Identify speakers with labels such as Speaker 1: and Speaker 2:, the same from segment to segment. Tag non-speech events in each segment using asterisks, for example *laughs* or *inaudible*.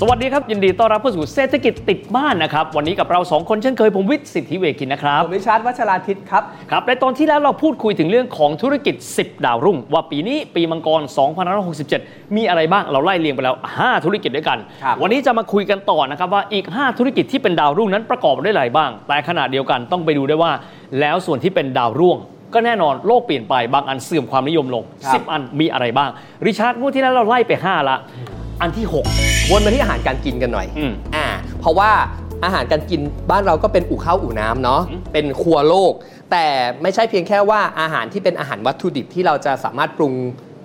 Speaker 1: สวัสดีครับ ยินดีต้อนรับเข้าสู่เศรษฐกิจติดบ้านนะครับ วันนี้กับเรา 2 คนเช่นเคย ผมวิทย์สิทธิเวกินนะครับ
Speaker 2: ผมวิชาร์ดวัชราทิตครับ
Speaker 1: ครับในตอนที่แล้วเราพูดคุยถึงเรื่องของธุรกิจ 10 ดาวรุ่ง ว่าปีนี้ปีมังกร 2567 มีอะไรบ้างเราไล่เรียงไปแล้ว 5 ธุรกิจด้วยกัน
Speaker 2: ครับ
Speaker 1: วันนี้จะมาคุยกันต่อนะครับว่าอีก 5 ธุรกิจที่เป็นดาวรุ่งนั้นประกอบด้วยอะไรบ้าง แต่ขณะเดียวกันต้องไปดูด้วยว่า แล้วส่วนที่เป็นดาวรุ่ง ก็แน่นอนโลกเปลี่ยนไปบางอันเสื่อมความนิยมลง
Speaker 2: ครับ
Speaker 1: 10 อันมีอะไรบ้าง ริชาร์ดงวดที่แล้วเราไล่ไปห้าละ อันที่หก
Speaker 2: วนมาที่อาหารการกินกันหน่อย
Speaker 1: อืม
Speaker 2: อ่า เพราะว่าอาหารการกินบ้านเราก็เป็นอู่ข้าวอู่น้ำเนาะ เป็นครัวโลก แต่ไม่ใช่เพียงแค่ว่าอาหารที่เป็นอาหารวัตถุดิบที่เราจะสามารถปรุง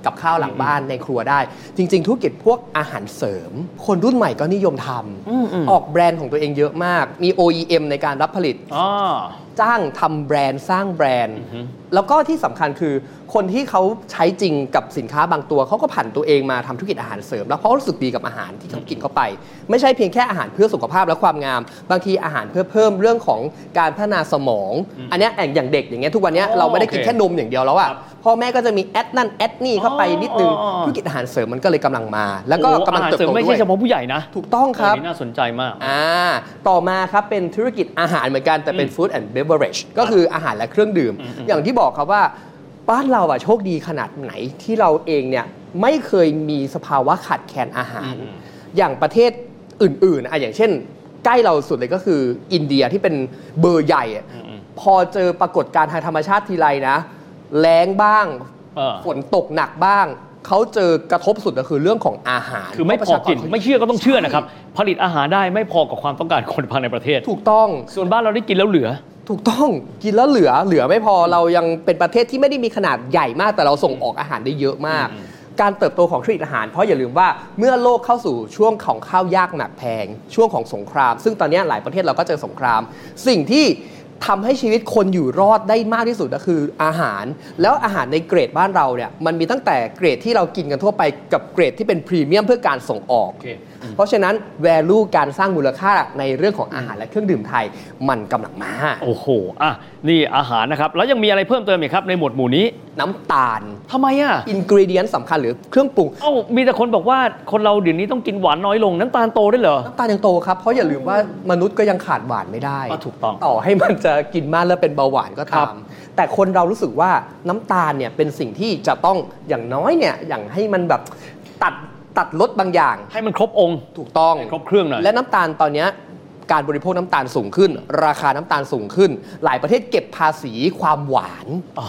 Speaker 2: กับข้าวหลังบ้านในครัวได้ จริง ๆ ธุรกิจพวกอาหารเสริม คนรุ่นใหม่ก็นิยมท
Speaker 1: อืมอืม
Speaker 2: ำออกแบรนด์ของตัวเองเยอะมาก มี OEM ในการรับผลิต
Speaker 1: อ่า
Speaker 2: จ้างทำแบรนด์สร้างแบรนด์
Speaker 1: อือฮึ
Speaker 2: แล้วก็ที่สำคัญคือคนที่เขาใช้จริงกับสินค้าบางตัวเขาก็ผันตัวเองมาทำธุรกิจอาหารเสริม แล้วเพราะรู้สึกดีกับอาหารที่เขากินเข้าไป ไม่ใช่เพียงแค่อาหารเพื่อสุขภาพและความงาม บางทีอาหารเพื่อเพิ่มเรื่องของการพัฒนาสมอง อันเนี้ยอย่างอย่างเด็กอย่างเงี้ยทุกวันเนี้ย
Speaker 1: อ๋อ
Speaker 2: เราไม่ได้
Speaker 1: โอเค
Speaker 2: กินแค่นมอย่างเดียวแล้วอะ
Speaker 1: ครับ
Speaker 2: พ่อแม่ก็จะมีแอดนั่นแอดนี่เข้าไปนิดนึง
Speaker 1: อ๋อ
Speaker 2: ธุรกิจอาหารเสริมมันก็เลยกำลังมา แล้วก็
Speaker 1: โอ้
Speaker 2: กำลัง
Speaker 1: อาหาร
Speaker 2: เติบ
Speaker 1: เสริม
Speaker 2: โต
Speaker 1: ไม่
Speaker 2: ด้ว
Speaker 1: ใช่
Speaker 2: ย
Speaker 1: เฉพาะผู้ใหญ่นะ
Speaker 2: ถูกต้องครับ
Speaker 1: อันนี้น่าสนใจมาก
Speaker 2: อ่า ต่อมาครับเป็นธุรกิจอาหารเหมือนกัน แต่เป็น Food and Beverage ก็คืออาหารและเครื่องดื่ม อย่างที่บอกครับว่า บ้านเราอะโชคดีขนาดไหนที่เราเองเนี่ยไม่เคยมีสภาวะขาดแคลนอาหาร
Speaker 1: อืม
Speaker 2: อย่างประเทศอื่นๆอะอย่างเช่น ใกล้เราสุดเลยก็คืออินเดียที่เป็นเบอร์ใหญ่อะพอเจอปรากฏการณ์ทางธรรมชาติทีไรนะแล้งบ้าง
Speaker 1: เออ
Speaker 2: ฝนตกหนักบ้าง เขาเจอกระทบสุดก็คือเรื่องของอาหาร
Speaker 1: คือไม่
Speaker 2: เพ
Speaker 1: พอ
Speaker 2: ราะประชาก
Speaker 1: กิน
Speaker 2: รเขา
Speaker 1: ไม่เชื่อก็ต้องเชื่อนะครับ ผลิตอาหารได้ไม่พอกับความต้องการคนภายในประเทศ
Speaker 2: ถูกต้อง
Speaker 1: ส่วนบ้านเราได้กินแล้วเหลือ
Speaker 2: ถูกต้อง *laughs* กินแล้วเหลือเหลือไม่พอเรายังเป็นประเทศที่ไม่ได้มีขนาดใหญ่มาก แต่เราส่งออกอาหารได้เยอะมาก การเติบโตของธุรกิจอาหารเพราะอย่าลืมว่าเมื่อโลกเข้าสู่ช่วงของข้าวยากหมากแพง ช่วงของสงคราม ซึ่งตอนนี้หลายประเทศเราก็เจอสงคราม สิ่งที่ทำให้ชีวิตคนอยู่รอดได้มากที่สุดก็คืออาหาร แล้วอาหารในเกรดบ้านเราเนี่ยมันมีตั้งแต่เกรดที่เรากินกันทั่วไปกับเกรดที่เป็นพรีเมียมเพื่อการส่งออก
Speaker 1: โอเค
Speaker 2: เพราะฉะนั้น value การสร้างมูลค่าในเรื่องของอาหารและเครื่องดื่มไทยมันกำลังมา
Speaker 1: โอ้โห อ่ะ นี่อาหารนะครับ แล้วยังมีอะไรเพิ่มเติมอีกครับ ในหมวดหมู่นี้
Speaker 2: น้ำตาล
Speaker 1: ทำไมอ่ะ
Speaker 2: อินกรีเดียนสำคัญหรือเครื่องปรุง
Speaker 1: เอ้า มีแต่คนบอกว่าคนเราเดี๋ยวนี้ต้องกินหวานน้อยลงน้ำตาลโตได้วยเหรอ
Speaker 2: น้ำตาลยังโตครับ เพราะอย่าลืมว่ามนุษย์ก็ยังขาดหวานไม่ได้
Speaker 1: อ่ะถูกต้อง
Speaker 2: ต่อให้มันจะกินมากแล้วเป็นเบาหวานก็
Speaker 1: ครั
Speaker 2: ตา
Speaker 1: บ
Speaker 2: ม แต่คนเรารู้สึกว่าน้ำตาลเนี่ยเป็นสิ่งที่จะต้องอย่างน้อยเนี่ยอย่างให้มันแบบตัดตัดลดบางอย่าง
Speaker 1: ให้มันครบองค์
Speaker 2: ถูกต้อง
Speaker 1: ให้ครบเครื่องหน่อย
Speaker 2: และน้ำตาลตอนเนี้ยการบริโภคน้ำตาลสูงขึ้น ราคาน้ำตาลสูงขึ้น หลายประเทศเก็บภาษีความหวาน
Speaker 1: อ๋อ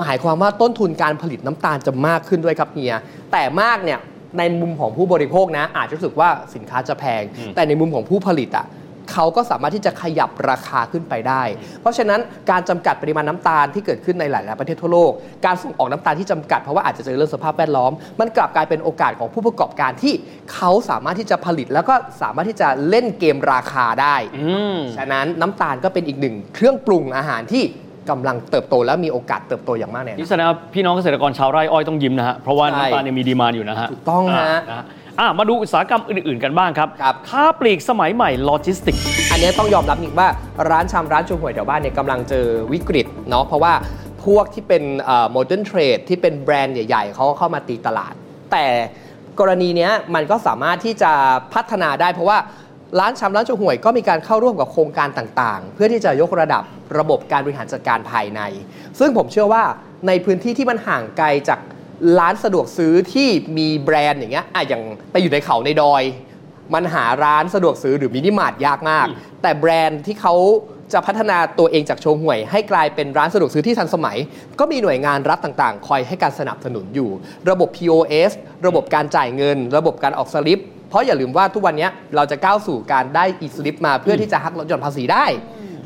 Speaker 2: หมายความว่าต้นทุนการผลิตน้ำตาลจะมากขึ้นด้วยครับเฮีย แต่มากเนี่ยในมุมของผู้บริโภคนะ อาจจะรู้สึกว่าสินค้าจะแพง
Speaker 1: อืม
Speaker 2: แต่ในมุมของผู้ผลิตอ่ะเขาก็สามารถที่จะขยับราคาขึ้นไปได้ เพราะฉะนั้นการจำกัดปริมาณน้ำตาลที่เกิดขึ้นในหลาย ๆ ประเทศทั่วโลก การส่งออกน้ำตาลที่จำกัดเพราะว่าอาจจะเจอเรื่องสภาพแวดล้อม มันกลับกลายเป็นโอกาสของผู้ประกอบการที่เขาสามารถที่จะผลิต แล้วก็สามารถที่จะเล่นเกมราคาได้
Speaker 1: อืม
Speaker 2: ฉะนั้นน้ำตาลก็เป็นอีกหนึ่งเครื่องปรุงอาหารที่กำลังเติบโตและมีโอกาสเติบโตอย่างมากในอนาคต
Speaker 1: นี่แสดงว่าพี่น้องเกษตรกรชาวไร่อ้อยต้องยิ้มนะฮะ เพราะว่า
Speaker 2: ใช่
Speaker 1: น้ำตาลเนี่ยมีดีมานด์อยู่นะฮะ
Speaker 2: ถูกต้อง
Speaker 1: า
Speaker 2: ฮะ
Speaker 1: ฮอ่ะมาดูอุตสาหกรรมอื่น ๆ กันบ้างครับ
Speaker 2: ครับ
Speaker 1: ค้าปลีกสมัยใหม่โลจิสติก
Speaker 2: อันเนี้ยต้องยอมรับอีกว่าร้านชามร้านชูหวยแถวบ้านเนี่ยกำลังเจอวิกฤตเนาะเพราะว่าพวกที่เป็นโมเดิร์นเทรดที่เป็นแบรนด์ใหญ่ๆ เขาก็เข้ามาตีตลาด แต่กรณีเนี้ยมันก็สามารถที่จะพัฒนาได้เพราะว่าร้านชามร้านชูหวยก็มีการเข้าร่วมกับโครงการต่างๆ เพื่อที่จะยกระดับระบบการบริหารจัดการภายใน ซึ่งผมเชื่อว่าในพื้นที่ที่มันห่างไกลจากร้านสะดวกซื้อที่มีแบรนด์อย่างเงี้ยอ่ะอย่างไปอยู่ในเขาในดอย มันหาร้านสะดวกซื้อหรือมินิมาร์ทยากมาก แต่แบรนด์ที่เขาจะพัฒนาตัวเองจากโชห่วย ให้กลายเป็นร้านสะดวกซื้อที่ทันสมัย ก็มีหน่วยงานรัฐต่างๆ คอยให้การสนับสนุนอยู่ ระบบ POS ระบบการจ่ายเงิน ระบบการออกสลิป เพราะอย่าลืมว่าทุกวันเนี้ยเราจะก้าวสู่การได้อีสลิปมาเพื่อที่จะหักลดหย่อนภาษีได้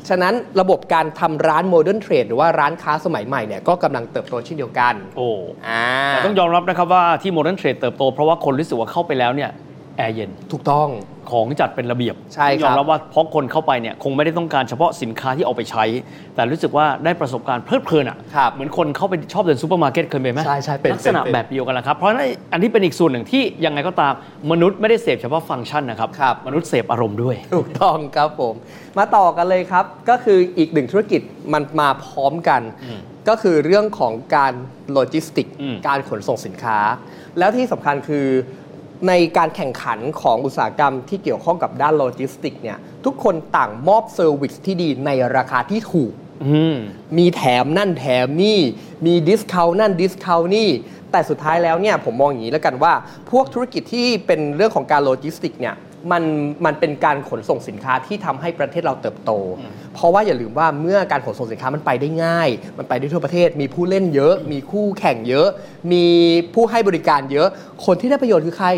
Speaker 2: ฉะนั้นระบบการทำร้านโมเดิร์นเทรดหรือว่าร้านค้าสมัยใหม่เนี่ยก็กำลังเติบโตเช่นเดียวกัน
Speaker 1: โอ้
Speaker 2: อ่า
Speaker 1: แต่ต้องยอมรับนะครับว่าที่โมเดิร์นเทรดเติบโตเพราะว่าคนรู้สึกว่าเข้าไปแล้วเนี่ย แอร์เย็น
Speaker 2: ถูกต้อง
Speaker 1: ของจัดเป็นระเบียบ
Speaker 2: ใช่ครับ
Speaker 1: ยอมรับว่าเพราะคนเข้าไปเนี่ยคงไม่ได้ต้องการเฉพาะสินค้าที่เอาไปใช้ แต่รู้สึกว่าได้ประสบการณ์เพลิดเพลินอ่ะ
Speaker 2: ครับ
Speaker 1: เหมือนคนเข้าไปชอบเดินซูเปอร์มาร์เก็ตเคยเป็นไหม
Speaker 2: ใช่ใช่เป็น
Speaker 1: ลักษณะ
Speaker 2: เป็นเป็น
Speaker 1: แบบเดียวกันแหละครับ เพราะฉะนั้นอันนี้เป็นอีกส่วนหนึ่งที่ยังไงก็ตามมนุษย์ไม่ได้เสพเฉพาะฟังก์ชันนะครับ
Speaker 2: ครับ
Speaker 1: มนุษย์เสพอารมณ์ด้วย
Speaker 2: ถูกต้องครับผม มาต่อกันเลยครับ ก็คืออีกหนึ่งธุรกิจมันมาพร้อมกัน ก็คือเรื่องของการโลจิสติก
Speaker 1: อืม
Speaker 2: การขนส่งสินค้า แล้วที่สำคัญคือในการแข่งขันของอุตสาหกรรมที่เกี่ยวข้องกับด้านโลจิสติกเนี่ยทุกคนต่างมอบเซอร์วิสที่ดีในราคาที่ถูก
Speaker 1: อืม
Speaker 2: มีแถมนั่นแถมนี่ มีดิสคาวนั่นดิสคาวนี่ แต่สุดท้ายแล้วเนี่ยผมมองอย่างนี้แล้วกันว่า พวกธุรกิจที่เป็นเรื่องของการโลจิสติกเนี่ยมันมันเป็นการขนส่งสินค้าที่ทำให้ประเทศเราเติบโต เพราะว่าอย่าลืมว่าเมื่อการขนส่งสินค้ามันไปได้ง่าย มันไปได้ทั่วประเทศ มีผู้เล่นเยอะ มีคู่แข่งเยอะ มีผู้ให้บริการเยอะ คนที่ได้ประโยชน์คือใคร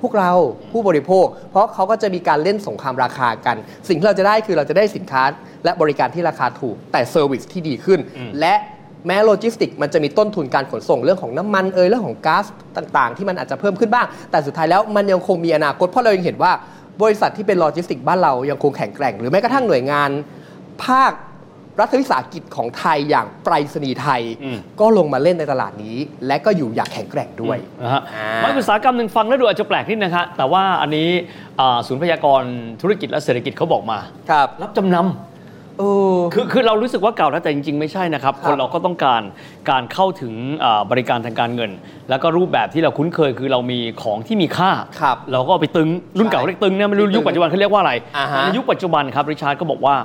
Speaker 2: พวกเราผู้บริโภค เพราะเขาก็จะมีการเล่นสงครามราคากัน สิ่งที่เราจะได้คือเราจะได้สินค้า และบริการที่ราคาถูก แต่เซอร์วิสที่ดีขึ้น และแม้โลจิสติกมันจะมีต้นทุนการขนส่งเรื่องของน้ำมันเอยเรื่องของก๊าซต่างๆ ที่มันอาจจะเพิ่มขึ้นบ้าง แต่สุดท้ายแล้วมันยังคงมีอนาคตเพราะเรายังเห็นว่าบริษัทที่เป็นโลจิสติกบ้านเรายังคงแข็งแกร่งหรือแม้กระทั่งหน่วยงาน ภาครัฐวิสาหกิจของไทยอย่างไปรษณีย์ไทย
Speaker 1: อืม
Speaker 2: ก็ลงมาเล่นในตลาดนี้ และก็อยู่อย่างแข็งแกร่งด้วย
Speaker 1: นะฮะ
Speaker 2: อ่า
Speaker 1: มันอุตสาหกรรมหนึ่งฟังแล้วดูอาจจะแปลกนิดนะคะแต่ว่าอันนี้อ่าศูนย์พยากรณ์ธุรกิจและเศรษฐกิจเขาบอกมา
Speaker 2: ครับ
Speaker 1: รับจำนำ
Speaker 2: เออ
Speaker 1: คือคือเรารู้สึกว่าเก่าแล้วแต่จริง ๆ ไม่ใช่นะครับ
Speaker 2: ครับ
Speaker 1: คนเราก็ต้องการการเข้าถึงอ่าบริการทางการเงิน แล้วก็รูปแบบที่เราคุ้นเคยคือเรามีของที่มีค่า
Speaker 2: ครับ
Speaker 1: เราก็เอาไปตึงรุ่นเก่า
Speaker 2: ใช่
Speaker 1: เรียกตึงเนี่ยไม่รู้
Speaker 2: ตึง
Speaker 1: ยุคปัจจุบันเขาเรียกว่าอะไร
Speaker 2: อ่าฮะ
Speaker 1: ในยุคปัจจุบันครับริชาร์ดก็บอกว่า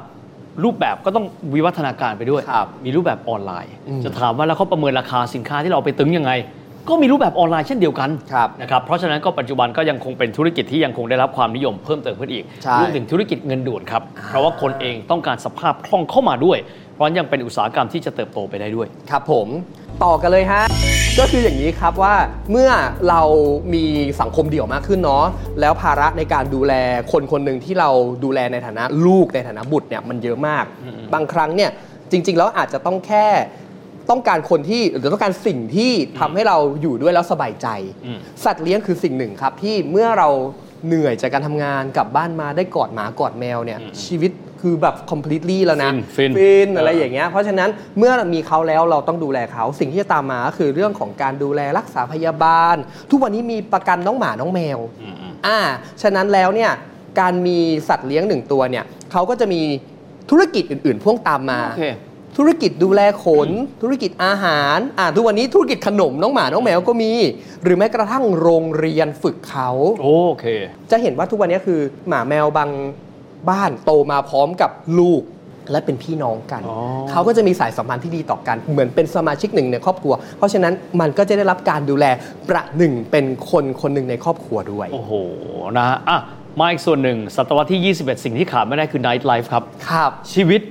Speaker 1: รูปแบบก็ต้องวิวัฒนาการไปด้วย
Speaker 2: ครับ
Speaker 1: มีรูปแบบออนไลน์
Speaker 2: อืม
Speaker 1: จะถามว่าแล้วเขาประเมินราคาสินค้าที่เราเอาไปตึงยังไง ก็มีรูปแบบออนไลน์เช่นเดียวกัน
Speaker 2: ครับ
Speaker 1: นะครับเพราะฉะนั้นก็ปัจจุบันก็ยังคงเป็นธุรกิจที่ยังคงได้รับความนิยมเพิ่มเติมขึ้นอีก
Speaker 2: ใช่
Speaker 1: รวมถึงธุรกิจเงินด่วนครับเพราะว่าคนเองต้องการสภาพคล่องเข้ามาด้วย เพราะยังเป็นอุตสาหกรรมที่จะเติบโตไปได้ด้วย
Speaker 2: ครับผมต่อกันเลยฮะ ก็คืออย่างนี้ครับว่าเมื่อเรามีสังคมเดี่ยวมากขึ้นเนาะแล้วภาระในการดูแลคนคนหนึ่งที่เราดูแลในฐานะลูกในฐานะบุตรเนี่ยมันเยอะมาก บางครั้งเนี่ยจริง ๆ แล้วอาจจะต้องแค่ต้องการคนที่หรือต้องการสิ่งที่ทำให้เราอยู่ด้วยแล้วสบายใจ
Speaker 1: อืม
Speaker 2: สัตว์เลี้ยงคือสิ่งหนึ่งครับที่เมื่อเราเหนื่อยจากการทำงานกลับบ้านมาได้กอดหมากอดแมวเนี่ยชีวิตคือแบบ completely แล้วนะ
Speaker 1: ฟินฟิน
Speaker 2: ฟินอะไรอย่างเงี้ยเพราะฉะนั้นเมื่อมีเขาแล้วเราต้องดูแลเขา สิ่งที่จะตามมาก็คือเรื่องของการดูแลรักษาพยาบาล ทุกวันนี้มีประกันน้องหมาน้องแมว อ่า ฉะนั้นแล้วเนี่ยการมีสัตว์เลี้ยงหนึ่งตัวเนี่ยเขาก็จะมีธุรกิจอื่นๆพ่วงตามมา ธุรกิจดูแลขน ธุรกิจอาหาร อ่าทุกวันนี้ธุรกิจขนมน้องหมาน้องแมวก็มี หรือแม้กระทั่งโรงเรียนฝึกเขา
Speaker 1: โอเค
Speaker 2: จะเห็นว่าทุกวันนี้คือหมาแมวบางบ้านโตมาพร้อมกับลูกและเป็นพี่น้องกัน
Speaker 1: อ๋อ
Speaker 2: เขาก็จะมีสายสัมพันธ์ที่ดีต่อกัน เหมือนเป็นสมาชิกหนึ่งในครอบครัว เพราะฉะนั้นมันก็จะได้รับการดูแลประหนึ่งเป็นคนคนหนึ่งในครอบครัวด้วย
Speaker 1: โอ้โหนะฮะอ่ะมาอีกส่วนหนึ่งศตวรรษที่ 21 สิ่งที่ขาดไม่ได้คือ night life ครับ
Speaker 2: ครับ
Speaker 1: ชีวิต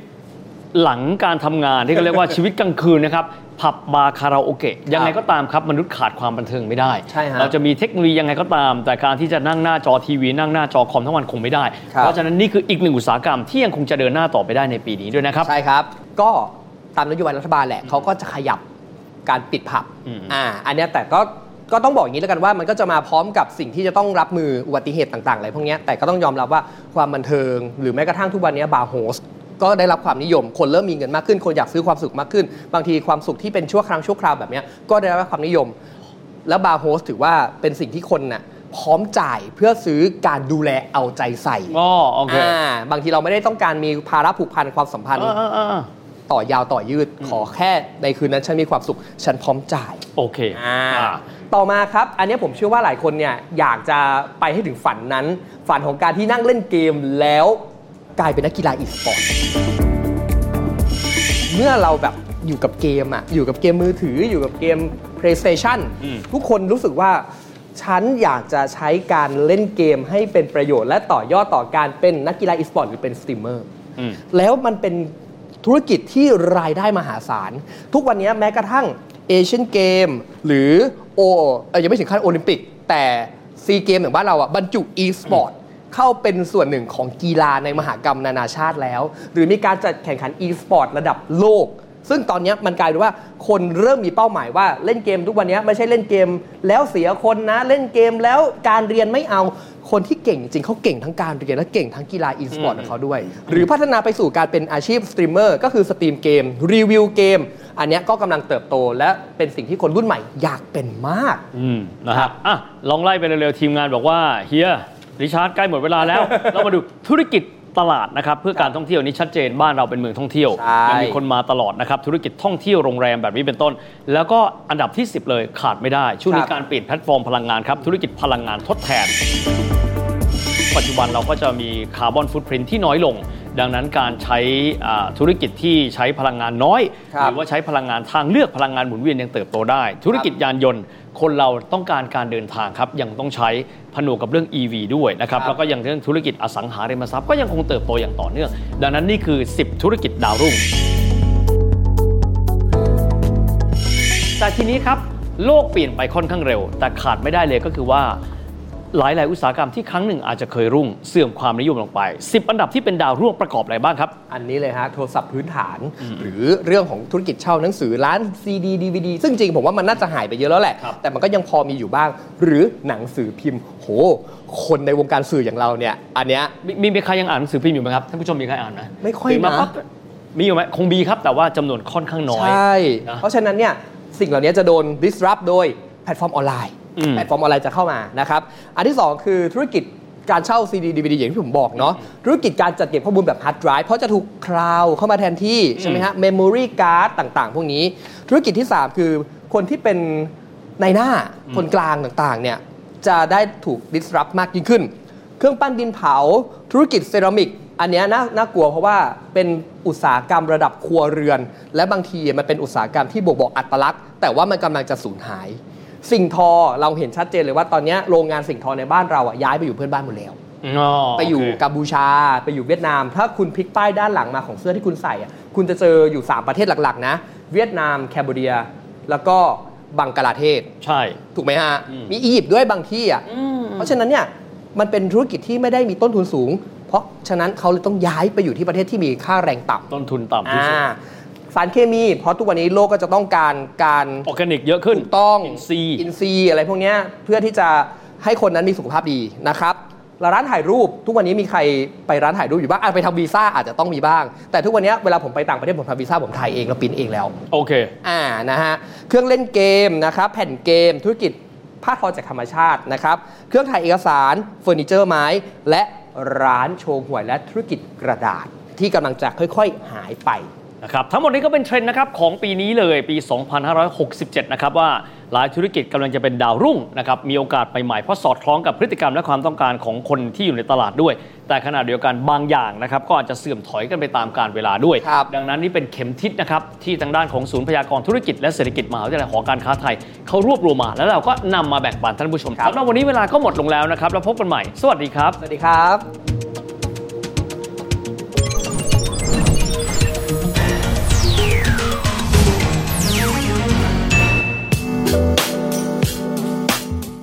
Speaker 1: หลังการทำงานที่เขาเรียก *laughs* ว่า ชีวิตกลางคืนนะครับผับบาร์คาราโอเกะยังไงก็ตามครับ มนุษย์ขาดความบันเทิงไม่ได้
Speaker 2: ใช่ฮะ
Speaker 1: เราจะมีเทคโนโลยียังไงก็ตาม แต่การที่จะนั่งหน้าจอทีวี นั่งหน้าจอคอมทั้งวันคงไม่ได้
Speaker 2: ครับ
Speaker 1: เพราะฉะนั้นนี่คืออีกหนึ่งอุตสาหกรรมที่ยังคงจะเดินหน้าต่อไปได้ในปีนี้ด้วยนะครับ
Speaker 2: ใช่ครับ ก็ตามนโยบายรัฐบาลแหละเขาก็จะขยับการปิดผับ
Speaker 1: อืม
Speaker 2: อ่า อันเนี้ยแต่ก็ ก็ต้องบอกอย่างนี้แล้วกันว่า มันก็จะมาพร้อมกับสิ่งที่จะต้องรับมืออุบัติเหตุต่างๆอะไรพวกเนี้ยแต่ก็ต้องยอมรับว่าความบันเทิง หรือแม้กระทั่งทุกวันเนี้บาร์โฮส ก็ได้รับความนิยม คนเริ่มมีเงินมากขึ้น คนอยากซื้อความสุขมากขึ้น บางทีความสุขที่เป็นชั่วครั้งชั่วคราวแบบเนี้ยก็ได้รับความนิยม แล้วบาร์โฮสถือว่าเป็นสิ่งที่คนน่ะพร้อมจ่ายเพื่อซื้อการดูแลเอาใจใส่
Speaker 1: อ๋อโอเค
Speaker 2: าบางทีเราไม่ได้ต้องการมีภาระผูกพันความสัมพันธ์
Speaker 1: เออเออเออเออ
Speaker 2: ต่อยาวต่อยืดขอแค่ในคืนนั้นฉันมีความสุข ฉันพร้อมจ่าย
Speaker 1: โอเคอ่า
Speaker 2: ต่อมาครับ อันนี้ผมเชื่อว่าหลายคนเนี่ยอยากจะไปให้ถึงฝันนั้น ฝันของการที่นั่งเล่นเกมแล้วกลายเป็นนักกีฬาอีสปอร์ต เมื่อเราแบบอยู่กับเกมอะอยู่กับเกมมือถืออยู่กับเกม PlayStation
Speaker 1: อืม
Speaker 2: ทุกคนรู้สึกว่าฉันอยากจะใช้การเล่นเกมให้เป็นประโยชน์ และต่อยอดต่อการเป็นนักกีฬาอีสปอร์ตหรือเป็นสตรีมเมอร์
Speaker 1: อืม
Speaker 2: แล้วมันเป็นธุรกิจที่รายได้มหาศาล ทุกวันนี้แม้กระทั่งเอเชียนเกมหรือโอเอ่อยังไม่ถึงขั้นโอลิมปิก แต่ซีเกมอย่างบ้านเราอ่ะบรรจุ e สปอร์ตเข้าเป็นส่วนหนึ่งของกีฬาในมหากรรมนานาชาติแล้ว หรือมีการจัดแข่งขัน e สปอร์ตระดับโลก ซึ่งตอนเนี้ยมันกลายเป็นว่าคนเริ่มมีเป้าหมายว่าเล่นเกมทุกวันเนี้ยไม่ใช่เล่นเกมแล้วเสียคนนะเล่นเกมแล้วการเรียนไม่เอาคนที่เก่งจริงเขาเก่งทั้งการเรียนและเก่งทั้งกีฬาอีสปอร์ตของเขาด้วย หรือพัฒนาไปสู่การเป็นอาชีพสตรีมเมอร์ก็คือสตรีมเกมรีวิวเกมอันเนี้ยก็กำลังเติบโต และเป็นสิ่งที่คนรุ่นใหม่อยากเป็นมาก
Speaker 1: อืมนะครับอ่ะลองไล่ไปเร็วๆ ทีมงานบอกว่าเฮียริชาร์ดใกล้หมดเวลา
Speaker 2: *laughs*
Speaker 1: แล้ว เรามาดูธุรกิจตลาดนะครับ เพื่อการท่องเที่ยวนี้ชัดเจนบ้านเราเป็นเมืองท่องเที่ยว
Speaker 2: ใช่
Speaker 1: ยัมีคนมาตลอดนะครับ ธุรกิจท่องเที่ยวโรงแรมแบบนี้เป็นต้น แล้วก็อันดับที่ 10 เลยขาดไม่ได้ ช่วงนี้การเปลี่ยนแพลตฟอร์มพลังงานครับ ธุรกิจพลังงานทดแทน ปัจจุบันเราก็จะมีคาร์บอนฟุตพิ้นที่น้อยลง ดังนั้นการใช้อ่าธุรกิจที่ใช้พลังงานน้อย
Speaker 2: ครั
Speaker 1: ห
Speaker 2: บ
Speaker 1: รือว่าใช้พลังงานทางเลือกพลังงานหมุนเวียนยังเติบโตได้ ธุรกิจยานยนต์ คนเราต้องการการเดินทางครับ ยังต้องใช้ผนวกกับเรื่อง EV ด้วยนะครับ
Speaker 2: ครับ
Speaker 1: แล้วก็ยังเรื่องธุรกิจอสังหาริมทรัพย์ก็ยังคงเติบโตอย่างต่อเนื่อง ดังนั้นนี่คือ 10 ธุรกิจดาวรุ่ง แต่ทีนี้ครับ โลกเปลี่ยนไปค่อนข้างเร็ว แต่ขาดไม่ได้เลยก็คือว่า หลาย ๆ อุตสาหกรรมที่ครั้งหนึ่งอาจจะเคยรุ่ง เสื่อมความนิยมลงไป 10 อันดับที่เป็นดาวร่วงประกอบอะไรบ้างครับ
Speaker 2: อันนี้เลยฮะโทรศัพท์พื้นฐาน หรือเรื่องของธุรกิจเช่าหนังสือร้านซีดีดีวดีซึ่งจริงผมว่ามันน่าจะหายไปเยอะแล้วแหละ
Speaker 1: ครับ
Speaker 2: แต่มันก็ยังพอมีอยู่บ้าง หรือหนังสือพิมพ์ โห คนในวงการสื่ออย่างเราเนี่ย อันเนี้ย
Speaker 1: มีมีมีใครยังอ่านหนังสือพิมพ์อยู่ไหมครับท่านผู้ชมมีใครอ่านไหม
Speaker 2: ไม่ค่อยนะ
Speaker 1: ตื่าปั๊บมีอยู่ไหมคงมีครับ แต่ว่าจำนวนค่อนข้างน้อย
Speaker 2: ใช่
Speaker 1: นะ
Speaker 2: เพราะฉะนั้นเนี่ยสิ่งเหล่านี้จะโดน disrupt โดยแพลตฟอร์มออนไลน์
Speaker 1: อืม
Speaker 2: แพลตฟอร์มออนไลน์จะเข้ามานะครับอันที่ 2 คือธุรกิจการเช่า CD DVD อย่างที่ผมบอกเนาะธุรกิจการจัดเก็บข้อมูลแบบ hard drive เพราะจะถูกคลาวเข้ามาแทนที่ ใช่ไหมฮะ memory card ต่างๆ พวกนี้ ธุรกิจที่ 3 คือคนที่เป็นในหน้าคนกลางต่างๆเนี่ยจะได้ถูก disrupt มากยิ่งขึ้น เครื่องปั้นดินเผา ธุรกิจเซรามิก อันเนี้ยน่าน่ากลัวเพราะว่าเป็นอุตสาหกรรมระดับครัวเรือน และบางทีมันเป็นอุตสาหกรรมที่บ่งบอกอัตลักษณ์ แต่ว่ามันกำลังจะสูญหาย สิ่งทอเราเห็นชัดเจนเลยว่าตอนเนี้ยโรงงานสิ่งทอในบ้านเราอะย้ายไปอยู่เพื่อนบ้านหมดแล้ว ไปอยู่กัมพูชา ไปอยู่เวียดนาม ถ้าคุณพลิกป้ายด้านหลังมาของเสื้อที่คุณใส่อะคุณจะเจออยู่ 3 ประเทศหลักๆ นะ เวียดนามแคมเบเดีย แล้วก็บังกลาเทศ
Speaker 1: ใช่
Speaker 2: ถูกไหมฮะ
Speaker 1: อืม
Speaker 2: มีอียิปต์ด้วยบางที่อ่ะ เพราะฉะนั้นเนี่ยมันเป็นธุรกิจที่ไม่ได้มีต้นทุนสูง เพราะฉะนั้นเขาเลยต้องย้ายไปอยู่ที่ประเทศที่มีค่าแรงต่ำ
Speaker 1: ต้นทุนต่ำที่
Speaker 2: อ่า
Speaker 1: สุด
Speaker 2: สารเคมี เพราะทุกวันนี้โลกก็จะต้องการการ
Speaker 1: ออร์แกนิกเยอะขึ้น
Speaker 2: ถูกต้อง
Speaker 1: อินทรีย์
Speaker 2: อินทรีย์อะไรพวกเนี้ยเพื่อที่จะให้คนนั้นมีสุขภาพดีนะครับแล้วร้านถ่ายรูปทุกวันนี้มีใครไปร้านถ่ายรูปอยู่บ้างอ่ะไปทำวีซ่าอาจจะต้องมีบ้าง แต่ทุกวันนี้เวลาผมไปต่างประเทศผมทำวีซ่าผมถ่ายเองแล้วปริ้นเองแล้ว
Speaker 1: โอเค
Speaker 2: อ่านะฮะเครื่องเล่นเกมนะครับแผ่นเกมธุรกิจผ้าทอจากธรรมชาตินะครับเครื่องถ่ายเอกสารเฟอร์นิเจอร์ไม้ และร้านโชว์หวยและธุรกิจกระดาษ ที่กำลังจะค่อยๆหายไป
Speaker 1: นะครับทั้งหมดนี้ก็เป็นเทรนด์นะครับของปีนี้เลยปี 2567 นะครับว่าหลายธุรกิจกำลังจะเป็นดาวรุ่งนะครับมีโอกาสใหม่ๆเพราะสอดคล้องกับพฤติกรรมและความต้องการของคนที่อยู่ในตลาดด้วย แต่ขณะเดียวกันบางอย่างนะครับก็อาจจะเสื่อมถอยกันไปตามกาลเวลาด้วย
Speaker 2: ครับ
Speaker 1: ดังนั้นนี่เป็นเข็มทิศนะครับที่ทางด้านของศูนย์พยากรณ์ธุรกิจและเศรษฐกิจมหาวิทยาลัยหอการค้าไทยเขารวบรวมมา แล้วเราก็นำมาแบ่งปันท่านผู้ชมสำหรับวันนี้เวลาก็หมดลงแล้วนะครับแล้วพบกันใหม่สวัสดีครับ
Speaker 2: สวัสดีครับ